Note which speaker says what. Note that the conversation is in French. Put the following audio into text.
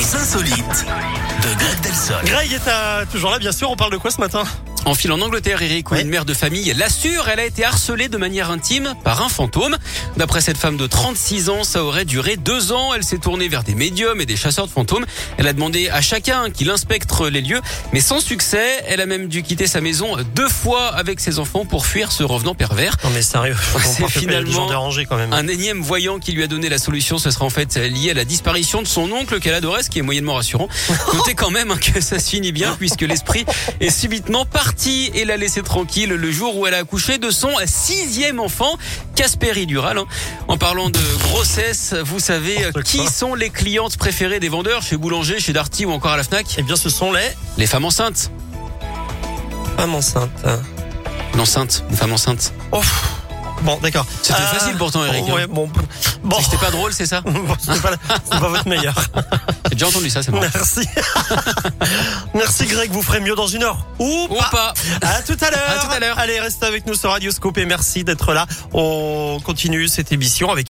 Speaker 1: insolite de Greg Delsol.
Speaker 2: Greg est à- toujours là, bien sûr. On parle de quoi ce matin
Speaker 3: En file en Angleterre, Eric, où
Speaker 2: Ouais.
Speaker 3: une mère de famille l'assure, elle a été harcelée de manière intime par un fantôme. D'après cette femme de 36 ans, ça aurait duré deux ans. Elle s'est tournée vers des médiums et des chasseurs de fantômes. Elle a demandé à chacun qu'il inspecte les lieux, mais sans succès. Elle a même dû quitter sa maison deux fois avec ses enfants pour fuir ce revenant pervers.
Speaker 2: Non, mais sérieux.
Speaker 3: C'est
Speaker 2: on fait pas les gens
Speaker 3: finalement
Speaker 2: dérangés quand même.
Speaker 3: Un énième voyant qui lui a donné la solution, ce sera en fait lié à la disparition de son oncle qu'elle adorait, ce qui est moyennement rassurant. Notez quand même hein, que ça se finit bien puisque l'esprit est subitement parti et l'a laissé tranquille le jour où elle a accouché de son sixième enfant, Casperi Dural. hein. En parlant de grossesse, vous savez euh,
Speaker 2: N'importe
Speaker 3: qui
Speaker 2: quoi.
Speaker 3: sont les clientes préférées des vendeurs chez Boulanger, chez Darty ou encore à la Fnac
Speaker 2: Eh bien, ce sont les
Speaker 3: Les femmes enceintes.
Speaker 2: femmes enceintes.
Speaker 3: L'enceinte, une femme enceinte.
Speaker 2: Oh, pff. bon, d'accord.
Speaker 3: C'était
Speaker 2: Ah,
Speaker 3: facile pourtant, Eric. hein.
Speaker 2: Ouais, bon. Bon.
Speaker 3: C'est que C'était pas drôle, c'est ça
Speaker 2: Bon, c'est pas, c'est pas votre meilleur.
Speaker 3: J'ai déjà entendu ça, c'est marrant.
Speaker 2: Merci. Merci Greg, vous ferez mieux dans une heure. Ou
Speaker 3: Ou
Speaker 2: pas.
Speaker 3: pas
Speaker 2: À tout à l'heure.
Speaker 3: À tout à l'heure.
Speaker 2: Allez, restez avec nous sur Radioscope et merci d'être là. On continue cette émission avec